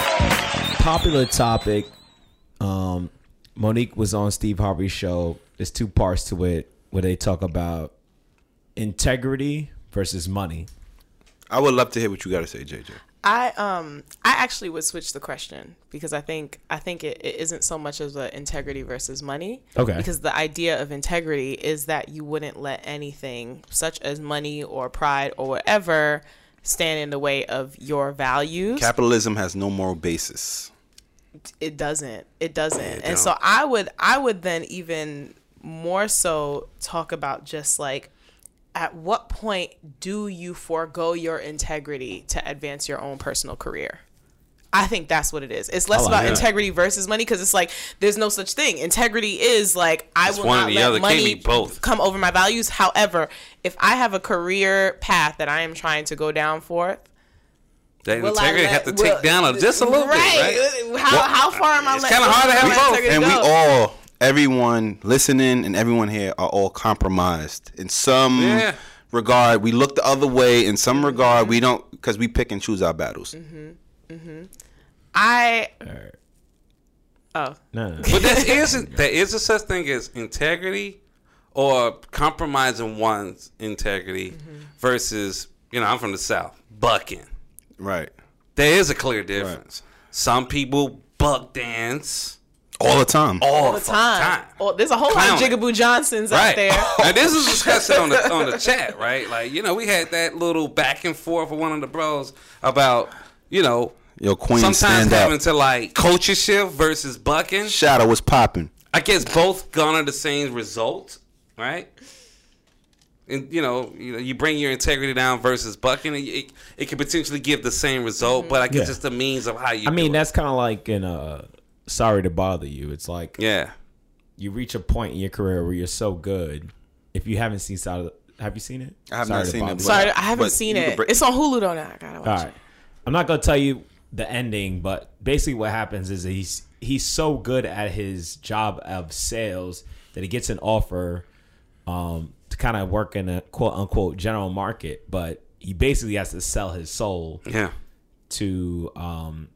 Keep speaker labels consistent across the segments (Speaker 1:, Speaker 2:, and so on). Speaker 1: Popular topic. Um, Monique was on Steve Harvey's show. There's two parts to it where they talk about integrity versus money.
Speaker 2: I would love to hear what you got to say, JJ.
Speaker 3: I um I actually would switch the question because I think I think it, it isn't so much as the integrity versus money.
Speaker 1: Okay.
Speaker 3: Because the idea of integrity is that you wouldn't let anything such as money or pride or whatever stand in the way of your values.
Speaker 2: Capitalism has no moral basis.
Speaker 3: it doesn't. It doesn't. and
Speaker 2: don't.
Speaker 3: so I would I would then even more so talk about just like at what point do you forego your integrity to advance your own personal career? I think that's what it is. It's less
Speaker 4: Oh,
Speaker 1: like
Speaker 3: about
Speaker 1: that.
Speaker 3: integrity versus money because it's like there's no such thing. Integrity is like I will
Speaker 4: one or
Speaker 3: not
Speaker 4: the
Speaker 3: let
Speaker 4: other. Can't
Speaker 3: money
Speaker 4: be both.
Speaker 3: come over my values. However, if I have a career path that I am trying to go down for,
Speaker 4: That
Speaker 3: Will I
Speaker 4: integrity
Speaker 3: let-
Speaker 4: have to take
Speaker 3: will-
Speaker 4: down a, just a little bit, right?
Speaker 3: How, how far am I?
Speaker 4: it's
Speaker 3: letting-
Speaker 4: kinda hard to have
Speaker 3: my
Speaker 4: both,
Speaker 3: integrity
Speaker 2: and we
Speaker 3: go?
Speaker 2: all, everyone listening and everyone here are all compromised in some
Speaker 4: Yeah.
Speaker 2: regard. We look the other way in some regard. We don't because we pick and choose our battles.
Speaker 4: Mm-hmm.
Speaker 3: I
Speaker 1: No, no,
Speaker 4: But that is there is a such thing as integrity or compromising one's integrity
Speaker 3: Mm-hmm.
Speaker 4: versus you know I'm from the south bucking.
Speaker 2: Right.
Speaker 4: There is a clear difference. Some people buck dance
Speaker 2: All the time.
Speaker 4: all,
Speaker 3: the
Speaker 4: the
Speaker 3: time.
Speaker 4: time.
Speaker 3: Oh, there's a whole lot of
Speaker 4: Clown it.
Speaker 3: Jigaboo Johnsons out there.
Speaker 4: Now this is discussed on the on the chat, right? Like you know, we had that little back and forth with one of the bros about you know
Speaker 2: Yo, Queen,
Speaker 4: sometimes
Speaker 2: stand up.
Speaker 4: having to like culture shift versus bucking.
Speaker 2: Shadow was popping.
Speaker 4: I guess both garner the same result, right? And you know, you know, you bring your integrity down versus bucking, it, it, it could potentially give the same result,
Speaker 3: Mm-hmm.
Speaker 4: but I guess
Speaker 1: Yeah.
Speaker 4: just the means of how you.
Speaker 1: I
Speaker 4: do
Speaker 1: mean
Speaker 4: it.
Speaker 1: that's kind of like in uh, sorry to bother you. It's like
Speaker 4: yeah.
Speaker 1: you reach a point in your career where you're so good. If you haven't seen Side, have you seen it?
Speaker 2: I have
Speaker 1: Sorry
Speaker 2: not
Speaker 1: to
Speaker 2: seen it,
Speaker 1: bother
Speaker 2: but-
Speaker 1: you.
Speaker 3: Sorry, I haven't
Speaker 2: But
Speaker 3: seen
Speaker 2: you can
Speaker 3: it.
Speaker 2: break-
Speaker 3: It's on Hulu though now. I gotta watch
Speaker 1: All
Speaker 3: it.
Speaker 1: right. I'm not gonna tell you the ending, but basically what happens is that he's he's so good at his job of sales that he gets an offer um, to kind of work in a quote unquote general market, but he basically has to sell his soul
Speaker 4: Yeah.
Speaker 1: to um,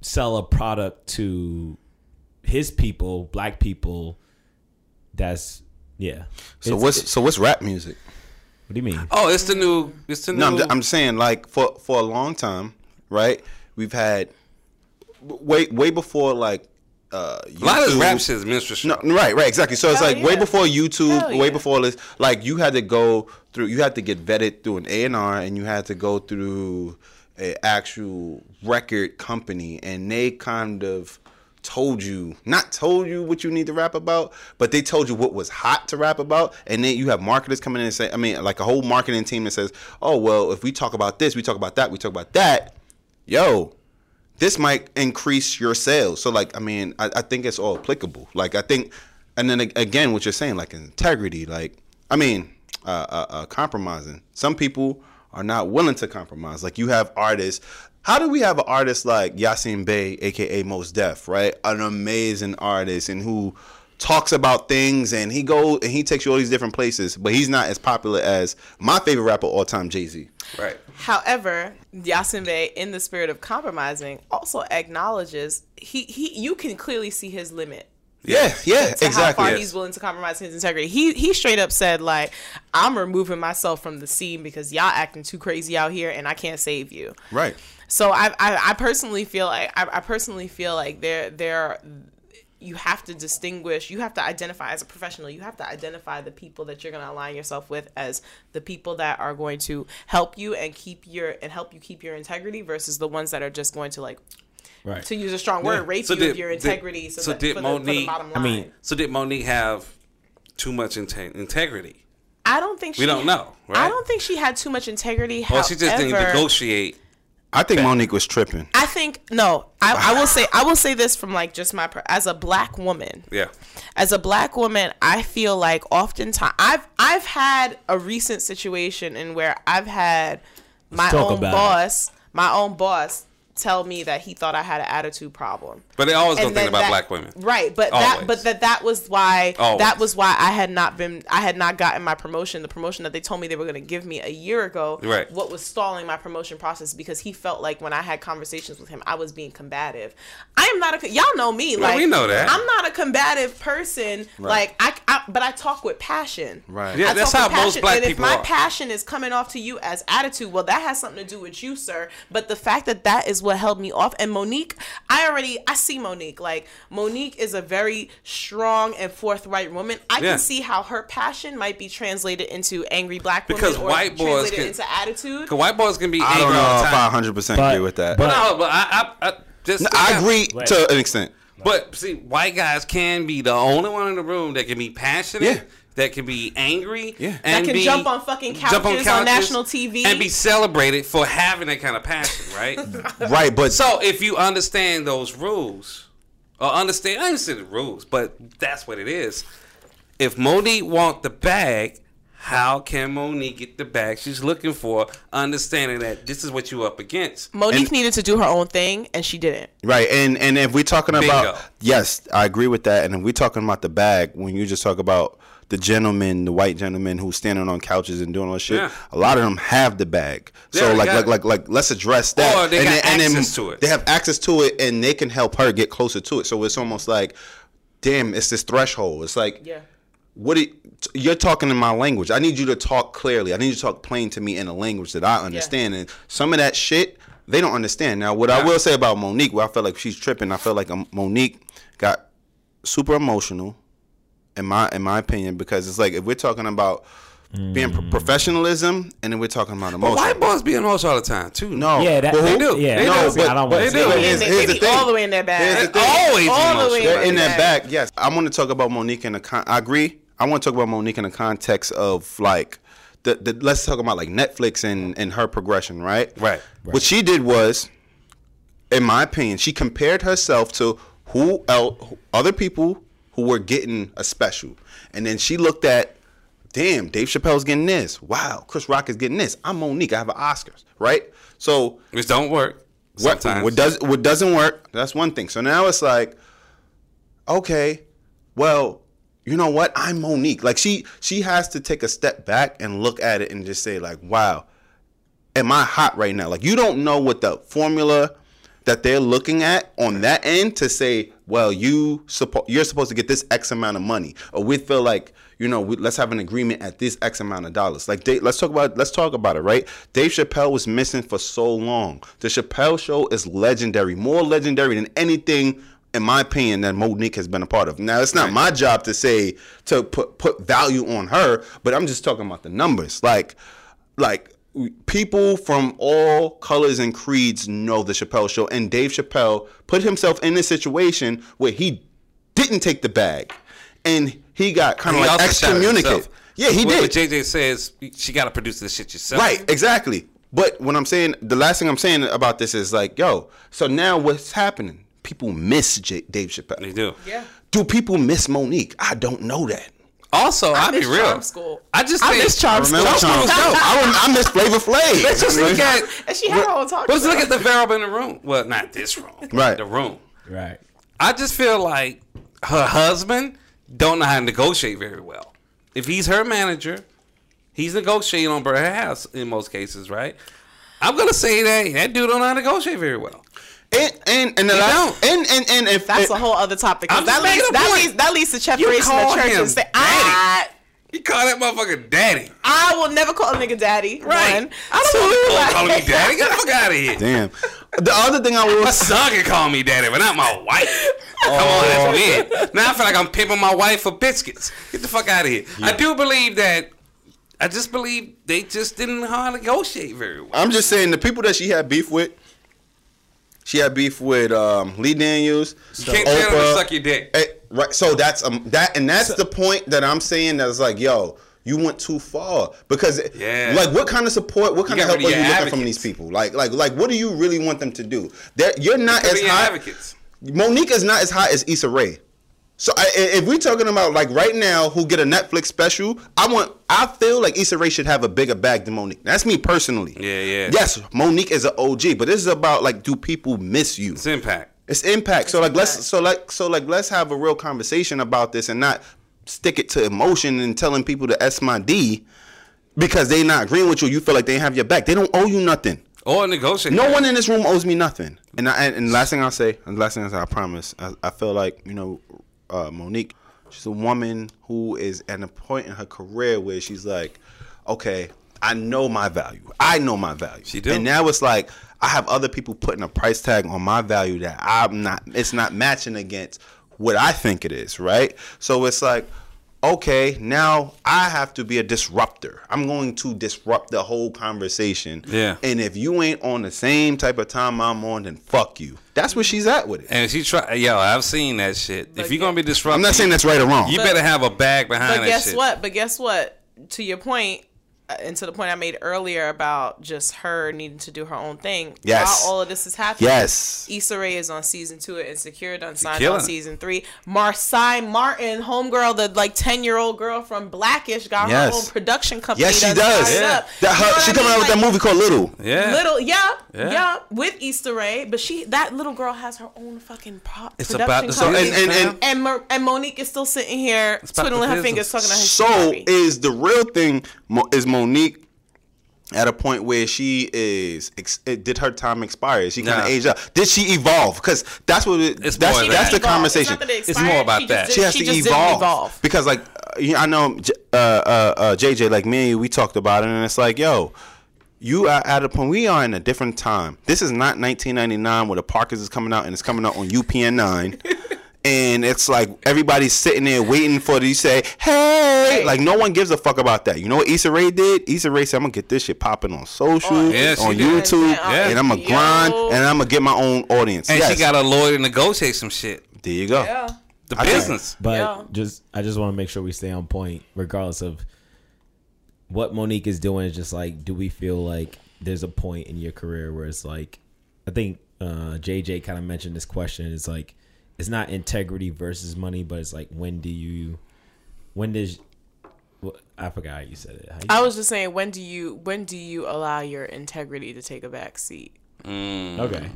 Speaker 1: sell a product to his people, black people. That's yeah.
Speaker 2: So
Speaker 1: It's-
Speaker 2: what's so what's rap music?
Speaker 1: what do you mean?
Speaker 4: Oh, it's the new. It's the new.
Speaker 2: No, I'm, I'm saying like for for a long time, right? We've had way way before like uh,
Speaker 4: a lot of this rap
Speaker 2: YouTube.
Speaker 4: shit is minstrel.
Speaker 2: No, right, right, exactly. So it's
Speaker 3: Hell
Speaker 2: like way
Speaker 3: yeah.
Speaker 2: before YouTube,
Speaker 3: Hell
Speaker 2: way
Speaker 3: yeah.
Speaker 2: before this. Like you had to go through, you had to get vetted through an A and R, and you had to go through an actual record company, and they kind of told you, not told you what you need to rap about, but they told you what was hot to rap about, and then you have marketers coming in and say, I mean, like a whole marketing team that says, oh well, if we talk about this, we talk about that, we talk about that, yo, this might increase your sales. So like, I mean, I, I think it's all applicable. Like, I think, and then a- again, what you're saying, like integrity, like, I mean, uh, uh, uh, compromising. Some people are not willing to compromise. Like, you have artists. How do we have an artist like Yasin Bey, aka Most Def, right? An amazing artist and who talks about things and he goes and he takes you all these different places, but he's not as popular as my favorite rapper of all time, Jay Z.
Speaker 4: Right.
Speaker 3: However, Yasinbe, in the spirit of compromising, also acknowledges he, he you can clearly see his limit.
Speaker 2: Yeah, yeah,
Speaker 3: to
Speaker 2: exactly.
Speaker 3: how far he's willing to compromise his integrity. He he straight up said like, I'm removing myself from the scene because y'all acting too crazy out here and I can't save you.
Speaker 2: Right.
Speaker 3: So I I, I personally feel like I, I personally feel like there there you have to distinguish you have to identify as a professional you have to identify the people that you're going to align yourself with as the people that are going to help you and keep your and help you keep your integrity versus the ones that are just going to like
Speaker 1: Right.
Speaker 3: to use a strong word rape
Speaker 4: So
Speaker 3: you
Speaker 4: did-
Speaker 3: of your
Speaker 4: did-
Speaker 3: integrity so,
Speaker 4: so
Speaker 3: that,
Speaker 4: did
Speaker 3: for, the, for the
Speaker 4: Monique-
Speaker 3: bottom line
Speaker 1: I
Speaker 3: i
Speaker 1: mean,
Speaker 4: So did Monique have too much inte- integrity?
Speaker 3: don't think she
Speaker 4: We don't know, right?
Speaker 3: i don't think she had too much integrity
Speaker 4: Well, she just didn't
Speaker 3: However-
Speaker 4: negotiate.
Speaker 2: I think Monique was tripping.
Speaker 3: i think no I, I will say i will say this from like just my per- as a black woman
Speaker 4: Yeah.
Speaker 3: as a black woman, I feel like oftentimes I've I've had a recent situation in where I've had my
Speaker 1: talk
Speaker 3: own
Speaker 1: about it.
Speaker 3: boss, my own boss tell me that he thought I had an attitude problem.
Speaker 4: But they always
Speaker 3: And
Speaker 4: gonna think
Speaker 3: then
Speaker 4: about
Speaker 3: that-
Speaker 4: black women.
Speaker 3: right? But that,
Speaker 4: Always.
Speaker 3: but that that was why
Speaker 4: Always.
Speaker 3: that was why I had not been I had not gotten my promotion, the promotion that they told me they were going to give me a year ago.
Speaker 4: Right.
Speaker 3: What was stalling my promotion process because he felt like when I had conversations with him, I was being combative. I am not a y'all know me. like
Speaker 4: we know that.
Speaker 3: I'm not a combative person. Like I, I, but I talk with passion.
Speaker 2: Right.
Speaker 4: Yeah,
Speaker 3: I
Speaker 4: that's
Speaker 3: talk
Speaker 4: how
Speaker 3: with
Speaker 4: most black
Speaker 3: and
Speaker 4: people
Speaker 3: if my
Speaker 4: are.
Speaker 3: passion is coming off to you as attitude, well, that has something to do with you, sir. But the fact that that is what held me off. And Monique, I already I see Monique. Like Monique is a very strong and forthright woman. I
Speaker 4: Yeah.
Speaker 3: can see how her passion might be translated into angry black women
Speaker 4: Because
Speaker 3: or
Speaker 4: white boys
Speaker 3: translated
Speaker 4: can-
Speaker 3: into attitude.
Speaker 4: Cause white boys can be
Speaker 2: I
Speaker 4: angry
Speaker 2: don't
Speaker 4: all
Speaker 2: know
Speaker 4: the
Speaker 2: if I
Speaker 4: time.
Speaker 2: 100 percent
Speaker 1: But-
Speaker 2: agree with that.
Speaker 1: but-
Speaker 4: No, but I, I, I just
Speaker 2: No, I agree to an extent.
Speaker 4: But see, white guys can be the only one in the room that can be passionate,
Speaker 2: Yeah.
Speaker 4: that can be angry,
Speaker 2: Yeah.
Speaker 3: That
Speaker 4: and
Speaker 3: can
Speaker 4: be-
Speaker 3: jump on fucking couches on national TV.
Speaker 4: and be celebrated for having that kind of passion, right?
Speaker 2: Right, but
Speaker 4: so if you understand those rules, or understand, I understand the rules, but that's what it is. If Monique want the bag, how can Monique get the bag she's looking for? Understanding that this is what you up against.
Speaker 3: Monique
Speaker 2: and-
Speaker 3: needed to do her own thing and she didn't.
Speaker 2: Right, and and if we're talking
Speaker 4: Bingo.
Speaker 2: about yes, I agree with that. And if we're talking about the bag, when you just talk about the gentlemen, the white gentlemen who's standing on couches and doing all shit,
Speaker 4: Yeah.
Speaker 2: a lot of them have the bag.
Speaker 4: Yeah,
Speaker 2: so like
Speaker 4: got
Speaker 2: like,
Speaker 4: it.
Speaker 2: like like let's address that.
Speaker 4: Or they
Speaker 2: and
Speaker 4: got
Speaker 2: then, and then
Speaker 4: access to it.
Speaker 2: They have access to it, and they can help her get closer to it. So it's almost like, damn, it's this threshold. It's like
Speaker 3: Yeah.
Speaker 2: what it, you're talking in my language. I need you to talk clearly. I need you to talk plain to me in a language that I understand. And some of that shit they don't understand. Now, what I will say about Monique, where I felt like she's tripping, I felt like um, Monique got super emotional, in my in my opinion, because it's like if we're talking about being
Speaker 1: Mm.
Speaker 2: pro- professionalism and then we're talking about emotion.
Speaker 4: White boys be on all the time too.
Speaker 2: no,
Speaker 1: Yeah, that-
Speaker 2: But
Speaker 1: they
Speaker 4: do.
Speaker 1: Yeah,
Speaker 4: They
Speaker 2: no,
Speaker 4: do.
Speaker 2: but
Speaker 1: I don't wanna
Speaker 2: but
Speaker 4: say that.
Speaker 2: here's,
Speaker 3: They
Speaker 2: here's the
Speaker 3: be
Speaker 2: thing.
Speaker 3: all the way in their bag.
Speaker 2: Here's the
Speaker 4: They
Speaker 2: thing.
Speaker 4: always
Speaker 3: All the way
Speaker 4: emotional.
Speaker 2: They're in that
Speaker 3: bag.
Speaker 2: back, yes. I want to talk about Monique in the con- I agree. I want to talk about Monique in the context of like the, the let's talk about like Netflix and and her progression, right?
Speaker 4: Right.
Speaker 2: What she did was, in my opinion, she compared herself to who else, other people who were getting a special, and then she looked at. Damn, Dave Chappelle's getting this. Wow, Chris Rock is getting this. I'm Monique. I have an Oscars, right? So
Speaker 4: which don't work.
Speaker 2: what,
Speaker 4: sometimes.
Speaker 2: what does what doesn't work? That's one thing. So now it's like, okay, well, you know what? I'm Monique. Like she she has to take a step back and look at it and just say like, wow, am I hot right now? Like you don't know what the formula that they're looking at on that end to say, well, you suppo- you're supposed to get this X amount of money, or we feel like you know, we, let's have an agreement at this X amount of dollars. Like, Dave, let's talk about let's talk about it, right? Dave Chappelle was missing for so long. The Chappelle Show is legendary, more legendary than anything. In my opinion, that Monique has been a part of. Now, it's not my job to say to put put value on her, but I'm just talking about the numbers. Like, like people from all colors and creeds know the Chappelle show and Dave Chappelle put himself in a situation where he didn't take the bag and he got kind of
Speaker 4: He
Speaker 2: like
Speaker 4: also shouted
Speaker 2: excommunicated.
Speaker 4: himself.
Speaker 2: Yeah, he
Speaker 4: what,
Speaker 2: did.
Speaker 4: What JJ says, she got to produce this shit yourself.
Speaker 2: Right, exactly. But what I'm saying, the last thing I'm saying about this is like, yo, so now what's happening? People miss J- Dave Chappelle.
Speaker 4: They do.
Speaker 3: Yeah.
Speaker 2: Do people miss Monique? I don't know that.
Speaker 4: Also, I will be
Speaker 3: miss
Speaker 4: real.
Speaker 3: charm school.
Speaker 4: I just
Speaker 2: I
Speaker 4: think
Speaker 2: miss Charm School.
Speaker 4: Charm School was dope.
Speaker 2: I, rem- I miss Flavor Flav.
Speaker 4: Let's just look at.
Speaker 3: And she had her own talk.
Speaker 4: Let's
Speaker 3: show.
Speaker 4: look at the variable in the room. Well, not this room.
Speaker 2: Right.
Speaker 4: The room.
Speaker 1: Right.
Speaker 4: I just feel like her husband don't know how to negotiate very well. If he's her manager, he's negotiating on behalf in most cases, right? I'm gonna say that that dude don't know how to negotiate very well.
Speaker 2: and and and the
Speaker 4: You
Speaker 2: last,
Speaker 4: don't.
Speaker 2: and and and if
Speaker 3: That's
Speaker 2: and-
Speaker 3: a whole other topic. 'cause
Speaker 4: I'm
Speaker 3: That
Speaker 4: just
Speaker 3: leads,
Speaker 4: making a
Speaker 3: that,
Speaker 4: point.
Speaker 3: leads, that leads to
Speaker 4: You
Speaker 3: separation
Speaker 4: call
Speaker 3: of church
Speaker 4: him
Speaker 3: and say,
Speaker 4: daddy.
Speaker 3: I,
Speaker 4: He called that motherfucker daddy.
Speaker 3: I will never call a nigga daddy.
Speaker 4: Right.
Speaker 3: One.
Speaker 4: I
Speaker 3: Two,
Speaker 4: don't want
Speaker 3: like-
Speaker 4: to call me daddy. Get the fuck out of here.
Speaker 2: Damn. The other thing I will
Speaker 4: My son can call me daddy, but not my wife. Come on,
Speaker 2: Oh.
Speaker 4: that's weird. Now I feel like I'm pimping my wife for biscuits. Get the fuck out of here. I do believe that. I just believe they just didn't know how to negotiate very well.
Speaker 2: I'm just saying the people that she had beef with. She had beef with um, Lee Daniels,
Speaker 4: You can't tell them to suck your dick.
Speaker 2: Eh, right. So that's um that and that's the point that I'm saying that's like, yo, you went too far because
Speaker 4: Yeah.
Speaker 2: like what kind of support, what kind
Speaker 4: got
Speaker 2: of help
Speaker 4: rid
Speaker 2: are
Speaker 4: of
Speaker 2: you
Speaker 4: your
Speaker 2: looking from
Speaker 4: advocates.
Speaker 2: these people? Like like like what do you really want them to do? That you're not
Speaker 4: They're
Speaker 2: as
Speaker 4: being
Speaker 2: high
Speaker 4: advocates.
Speaker 2: Monique is not as high as Issa Rae. So I, i- if we're talking about like right now, who get a Netflix special? I want. I feel like Issa Rae should have a bigger bag than Monique. That's me personally.
Speaker 4: Yeah, yeah.
Speaker 2: Yes, Monique is an OG, but this is about like, do people miss you?
Speaker 4: It's impact.
Speaker 2: It's impact. so like let's
Speaker 3: impact.
Speaker 2: so like so like let's have a real conversation about this and not stick it to emotion and telling people to S my D because they not agreeing with you. You feel like they have your back. They don't owe you nothing.
Speaker 4: Or negotiate.
Speaker 2: No one in this room owes me nothing. And I, and, and last thing I'll say, and last thing I'll say, I promise, I, I feel like you know, uh, Monique, she's a woman who is at a point in her career where she's like, okay, I know my value. I know my value.
Speaker 4: She do.
Speaker 2: And now it's like I have other people putting a price tag on my value that I'm not. It's not matching against what I think it is, right? So it's like. Okay, now I have to be a disruptor. I'm going to disrupt the whole conversation.
Speaker 4: Yeah.
Speaker 2: And if you ain't on the same type of time I'm on, then fuck you. That's where she's at with it.
Speaker 4: And she try. Yo, I've seen that shit. if
Speaker 3: But
Speaker 4: you're gonna be disruptive,
Speaker 2: I'm not saying that's right or wrong.
Speaker 4: you better have a bag behind
Speaker 3: But
Speaker 4: that
Speaker 3: guess
Speaker 4: shit.
Speaker 3: what? But guess what? To your point, uh, and to the point I made earlier about just her needing to do her own thing.
Speaker 2: Yes.
Speaker 3: While all of this is happening,
Speaker 2: yes.
Speaker 3: Issa Rae is on season two of Insecure, done signed
Speaker 4: killing
Speaker 3: on
Speaker 4: it.
Speaker 3: season three. Marcy Martin, homegirl, the like ten year old girl from Blackish, got
Speaker 2: Yes.
Speaker 3: her own production company.
Speaker 2: Yes, she
Speaker 3: done
Speaker 2: does.
Speaker 3: signed
Speaker 4: Yeah.
Speaker 3: up.
Speaker 2: That
Speaker 3: You know
Speaker 2: her,
Speaker 3: what
Speaker 2: she
Speaker 3: I
Speaker 2: coming
Speaker 3: mean?
Speaker 2: out with that
Speaker 3: Like,
Speaker 2: movie called Little.
Speaker 4: Yeah.
Speaker 3: Little, yeah,
Speaker 4: Yeah.
Speaker 3: yeah, with Issa Rae, but she that little girl has her own fucking pro-
Speaker 4: It's
Speaker 3: production
Speaker 4: about the
Speaker 2: So,
Speaker 3: company.
Speaker 2: and- and- and-
Speaker 3: And Mar- and Monique is still sitting here
Speaker 4: about the
Speaker 3: twiddling her fingers,
Speaker 4: business.
Speaker 3: talking about her
Speaker 2: So
Speaker 3: story.
Speaker 2: is the real thing? Mo- Is Monique at a point where she is? Ex- it- did her time expire? Is she kind
Speaker 4: Nah.
Speaker 2: of aged up? Did she evolve? Because that's what it,
Speaker 4: It's
Speaker 2: that's,
Speaker 4: more than
Speaker 2: that's
Speaker 4: that.
Speaker 2: the conversation.
Speaker 4: It's more about that.
Speaker 2: she has to evolve, because like uh, you know, I know J- uh, uh, uh, JJ like me we talked about it and it's like yo you are at a point we are in a different time this is not 1999 where the Parkers is coming out and it's coming out on UPN 9 and it's like everybody's sitting there waiting for you say hey like no one gives a fuck about that you know what Issa Rae did Issa Rae said I'm gonna get this shit popping on social
Speaker 4: Yeah, she
Speaker 2: on
Speaker 4: did.
Speaker 2: YouTube
Speaker 4: Yeah.
Speaker 2: and I'm gonna
Speaker 3: Yo.
Speaker 2: grind and I'm gonna get my own audience
Speaker 4: And
Speaker 2: yes.
Speaker 4: she got a lawyer to negotiate some shit.
Speaker 2: there you go
Speaker 3: Yeah.
Speaker 4: The
Speaker 2: I think-
Speaker 4: business.
Speaker 1: But
Speaker 3: Yeah.
Speaker 1: just I just want to make sure we stay on point, regardless of what Monique is doing. Is just like, do we feel like there's a point in your career where it's like, I think uh, JJ kind of mentioned this question. It's like, it's not integrity versus money, but it's like, when do you, when does, wh- I forgot how you said it. How you-
Speaker 3: I was just saying, when do you when do you allow your integrity to take a back seat
Speaker 1: okay,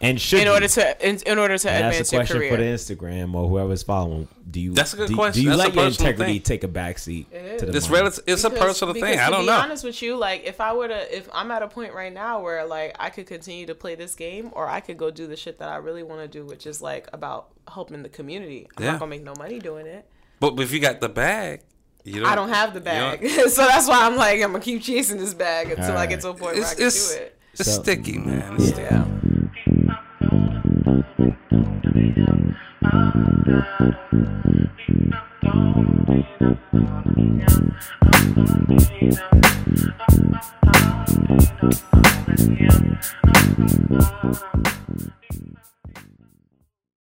Speaker 1: and should
Speaker 3: in
Speaker 1: you?
Speaker 3: order to in, in order to
Speaker 1: And
Speaker 3: advance
Speaker 1: that's a
Speaker 3: your
Speaker 1: question
Speaker 3: career?
Speaker 1: for the Instagram or whoever's following. Do you?
Speaker 4: That's a good
Speaker 1: do,
Speaker 4: question.
Speaker 1: Do you
Speaker 4: That's
Speaker 1: let
Speaker 4: a
Speaker 1: your
Speaker 4: personal
Speaker 1: integrity
Speaker 4: thing.
Speaker 1: take a backseat?
Speaker 3: It
Speaker 1: to the
Speaker 4: It's
Speaker 1: money?
Speaker 4: relative. It's a
Speaker 3: Because-
Speaker 4: personal
Speaker 3: because
Speaker 4: thing. I
Speaker 3: to
Speaker 4: don't
Speaker 3: be
Speaker 4: know.
Speaker 3: honest with you, like if I were to, if I'm at a point right now where like I could continue to play this game, or I could go do the shit that I really want to do, which is like about helping the community. I'm
Speaker 4: Yeah.
Speaker 3: not gonna make no money doing it.
Speaker 4: But if you got the bag, you don't.
Speaker 3: I don't have the
Speaker 4: you
Speaker 3: bag,
Speaker 4: don't-
Speaker 3: so that's why I'm like I'm gonna keep chasing this bag until I
Speaker 1: Alright.
Speaker 3: get to a point where I
Speaker 4: It's
Speaker 3: can
Speaker 4: it's
Speaker 3: do it.
Speaker 4: it's
Speaker 1: So-
Speaker 4: sticky, man. It's sticky.
Speaker 3: Yeah.
Speaker 5: Thank you.